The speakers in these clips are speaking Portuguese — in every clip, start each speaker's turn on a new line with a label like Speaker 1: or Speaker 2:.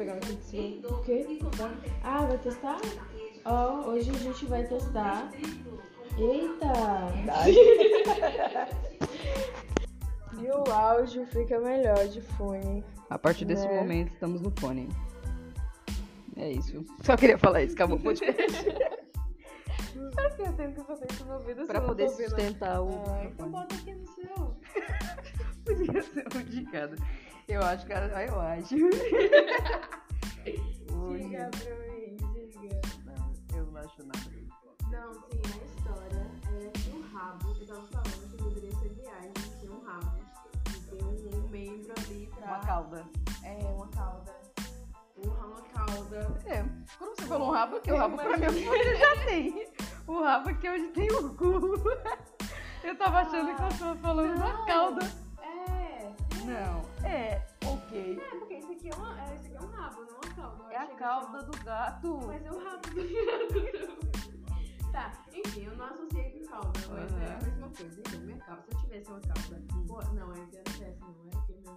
Speaker 1: é
Speaker 2: a gente se... O quê?
Speaker 1: Tá.
Speaker 2: Ah, vai testar? Ó, hoje a gente vai testar. Eita!
Speaker 1: E o áudio fica melhor de fone.
Speaker 3: A partir desse
Speaker 1: Né?
Speaker 3: momento, estamos no fone. É isso. Só queria falar isso, acabou o podcast.
Speaker 1: Sabe que eu tenho que fazer isso no ouvido se
Speaker 3: pra
Speaker 1: eu não
Speaker 3: poder
Speaker 1: tô ouvindo?
Speaker 3: sustentar o.
Speaker 1: Ah, então bota aqui no seu.
Speaker 3: Podia ser um de cada. Eu acho, cara, ah, eu acho. Hoje-
Speaker 1: Diga pra mim, diga.
Speaker 3: Não, eu não acho nada.
Speaker 4: Não, sim, a história é que o rabo, eu tava falando que deveria ser viagem, tinha um rabo. E tem um, um membro ali
Speaker 1: Tá.
Speaker 4: pra.
Speaker 3: Uma cauda.
Speaker 4: É, uma cauda. Porra, uma cauda.
Speaker 3: É. Quando você falou um rabo, que o rabo pra mim você já tem. O rabo aqui hoje tem o cu. Eu tava achando que eu estava
Speaker 1: Ah,
Speaker 3: falando da cauda.
Speaker 4: É,
Speaker 3: Não. É, ok.
Speaker 4: é, porque isso aqui é, uma, é, isso aqui é um rabo, não uma cauda. Eu
Speaker 3: É a
Speaker 4: achei que
Speaker 3: cauda do gato.
Speaker 4: tinha uma- Mas é o rabo do gato. Tá, enfim, eu não associei com cauda, mas é a
Speaker 3: Aham.
Speaker 4: mesma coisa. Então, minha cauda, se eu tivesse uma cauda. Pô, não, é que eu não tivesse, não, é que eu não.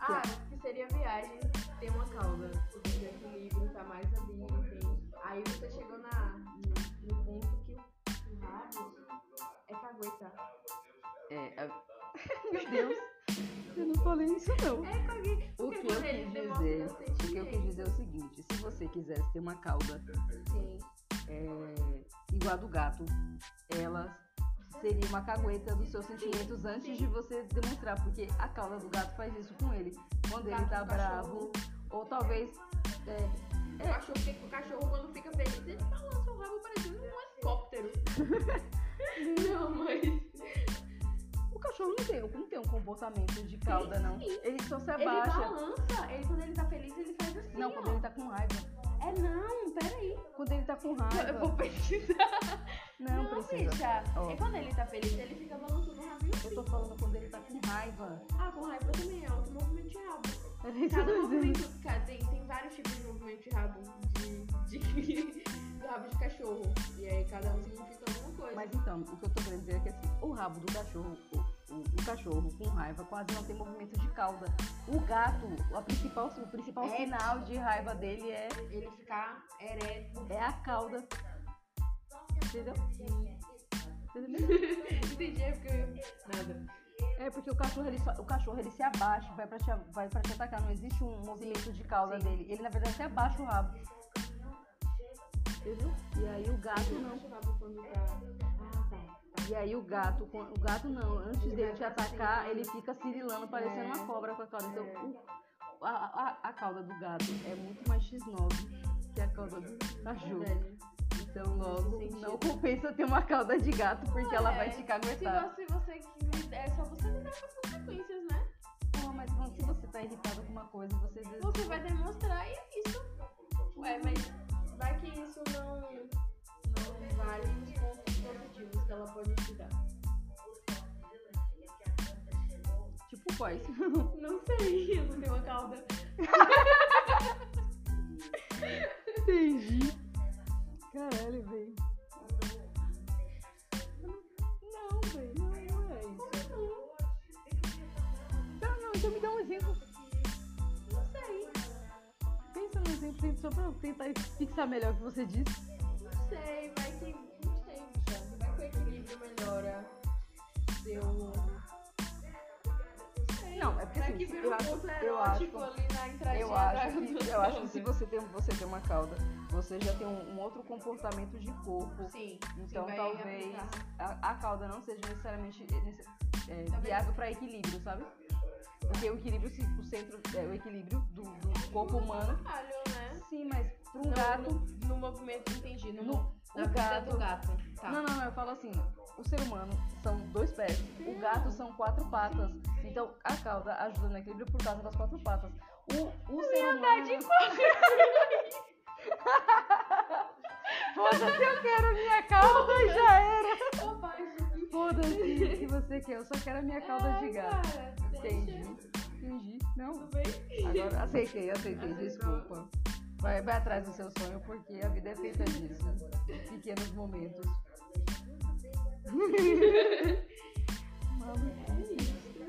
Speaker 4: Ah, que seria viagem ter uma cauda. Porque o equilíbrio tá mais ali, enfim. Aí você chegou na, no, no ponto que o rabo é cagueta.
Speaker 3: É, a- Meu Deus. Eu não falei isso, não.
Speaker 4: É cagueta.
Speaker 3: O que eu quis dizer, o que eu quis dizer é o seguinte, se você quisesse ter uma cauda
Speaker 4: Sim.
Speaker 3: é, igual a do gato, ela seria uma cagueta dos seus sentimentos antes de você demonstrar, porque a cauda do gato faz isso com ele. Quando ele
Speaker 4: Gato
Speaker 3: tá
Speaker 4: do
Speaker 3: bravo,
Speaker 4: cachorro.
Speaker 3: ou talvez é,
Speaker 4: O cachorro, fica- o cachorro quando fica feliz, ele tá lança o rabo parecendo um helicóptero. não, mas.
Speaker 3: o cachorro não tem, não tem um comportamento de cauda, não.
Speaker 4: sim.
Speaker 3: Ele só se
Speaker 4: Ele
Speaker 3: abaixa.
Speaker 4: balança. Ele, quando ele tá feliz, ele faz assim.
Speaker 3: Não,
Speaker 4: ó.
Speaker 3: quando ele tá com raiva.
Speaker 4: É não, peraí.
Speaker 3: Quando ele tá com
Speaker 4: Eu vou
Speaker 3: raiva.
Speaker 4: pesquisar.
Speaker 3: Não, precisa.
Speaker 4: bicha.
Speaker 3: Ó.
Speaker 4: E quando ele tá feliz, ele fica balançando o rabinho.
Speaker 3: Eu tô falando quando ele tá com raiva.
Speaker 4: Ah, com raiva também é outro movimento de rabo.
Speaker 3: Era isso que eu
Speaker 4: Cada
Speaker 3: tô dizendo.
Speaker 4: movimento, cara, tem, tem vários tipos de movimento de rabo de, de, do rabo de cachorro. E aí cada um significa alguma coisa.
Speaker 3: Mas então, o que eu tô querendo dizer é que assim, o rabo do cachorro, o, o- o cachorro com raiva quase não tem movimento de cauda. O gato, a principal, o principal
Speaker 4: É.
Speaker 3: sinal de raiva dele é,
Speaker 4: ele ficar ereto.
Speaker 3: é a cauda. Entendeu? Entendeu?
Speaker 4: Entendi, é porque eu ia- Nada.
Speaker 3: É porque o cachorro ele só- o cachorro ele se abaixa, vai pra te, vai para te atacar, não existe um movimento de cauda
Speaker 4: Sim.
Speaker 3: dele. Ele na verdade se abaixa o rabo. Entendeu? E aí o gato
Speaker 4: Eu não
Speaker 3: não.
Speaker 4: acho rabo quando tá. Ah, tá.
Speaker 3: E aí o gato, com- o gato não, antes
Speaker 4: Ele
Speaker 3: dele
Speaker 4: vai
Speaker 3: te
Speaker 4: ficar
Speaker 3: atacar,
Speaker 4: assim.
Speaker 3: ele fica cirilando, parecendo
Speaker 4: É.
Speaker 3: uma cobra com a cauda. Então,
Speaker 4: É.
Speaker 3: o- a, a- a cauda do gato é muito mais X9 que a cauda do cachorro.
Speaker 4: Verdade.
Speaker 3: Então, logo,
Speaker 4: Faz sentido.
Speaker 3: não compensa ter uma cauda de gato, porque ela vai te
Speaker 4: É Se
Speaker 3: caguetar.
Speaker 4: você, você que- é só você lidar com as consequências, né?
Speaker 3: Pô, mas quando- se você tá irritado com uma coisa, você...
Speaker 4: Você vai demonstrar e é isso. Ué, mas vai que isso não, não vale os pontos positivos que ela pode te dar.
Speaker 3: Tipo quais?
Speaker 4: Não sei, eu não tenho uma cauda.
Speaker 3: Entendi. Caralho, velho. Não, velho, não, não é isso. Não, não, então me dá um exemplo.
Speaker 4: Não sei,
Speaker 3: Pensa no exemplo aí, só pra eu tentar fixar melhor o que você disse.
Speaker 4: não sei, vai que. Não sei, bicha. Vai que o equilíbrio melhora. Seu. Não sei.
Speaker 3: Não, é porque
Speaker 4: Vai
Speaker 3: assim,
Speaker 4: que vira um
Speaker 3: eu acho-
Speaker 4: ponto
Speaker 3: eu
Speaker 4: erótico
Speaker 3: acho-
Speaker 4: ali na entradinha
Speaker 3: Eu acho,
Speaker 4: da-
Speaker 3: que, eu acho que se você tem, você tem uma cauda, você já tem um, um outro comportamento de corpo.
Speaker 4: Sim.
Speaker 3: Então
Speaker 4: vai
Speaker 3: talvez
Speaker 4: aplicar.
Speaker 3: a, a cauda não seja necessariamente é, nesse- é,
Speaker 4: Talvez-
Speaker 3: viável para equilíbrio, sabe? Porque o equilíbrio, se- o centro, é, o equílibrio do, do corpo humano.
Speaker 4: Caralho, né?
Speaker 3: Sim, mas para um
Speaker 4: No-
Speaker 3: gato,
Speaker 4: No, no movimento, entendi. No,
Speaker 3: No-
Speaker 4: na
Speaker 3: o
Speaker 4: vida
Speaker 3: gato-
Speaker 4: do gato. Tá.
Speaker 3: Não, não, não, eu falo assim, o ser humano são dois pés, o gato são quatro patas. Então a cauda ajuda no equilíbrio por causa das quatro patas. O, o ser humano. De Foda-se, eu quero a minha cauda e já era.
Speaker 4: Opa, isso aqui.
Speaker 3: Foda-se se você quer, eu só quero É a minha cauda de
Speaker 4: Ai,
Speaker 3: gato.
Speaker 4: Cara,
Speaker 3: Entendi.
Speaker 4: deixa.
Speaker 3: Entendi. Não,
Speaker 4: Tudo bem?
Speaker 3: agora aceitei, aceitei,
Speaker 4: Aceitou.
Speaker 3: desculpa. Vai, vai atrás do seu sonho, porque a vida é feita disso. Pequenos momentos. Maluco.
Speaker 4: É isso.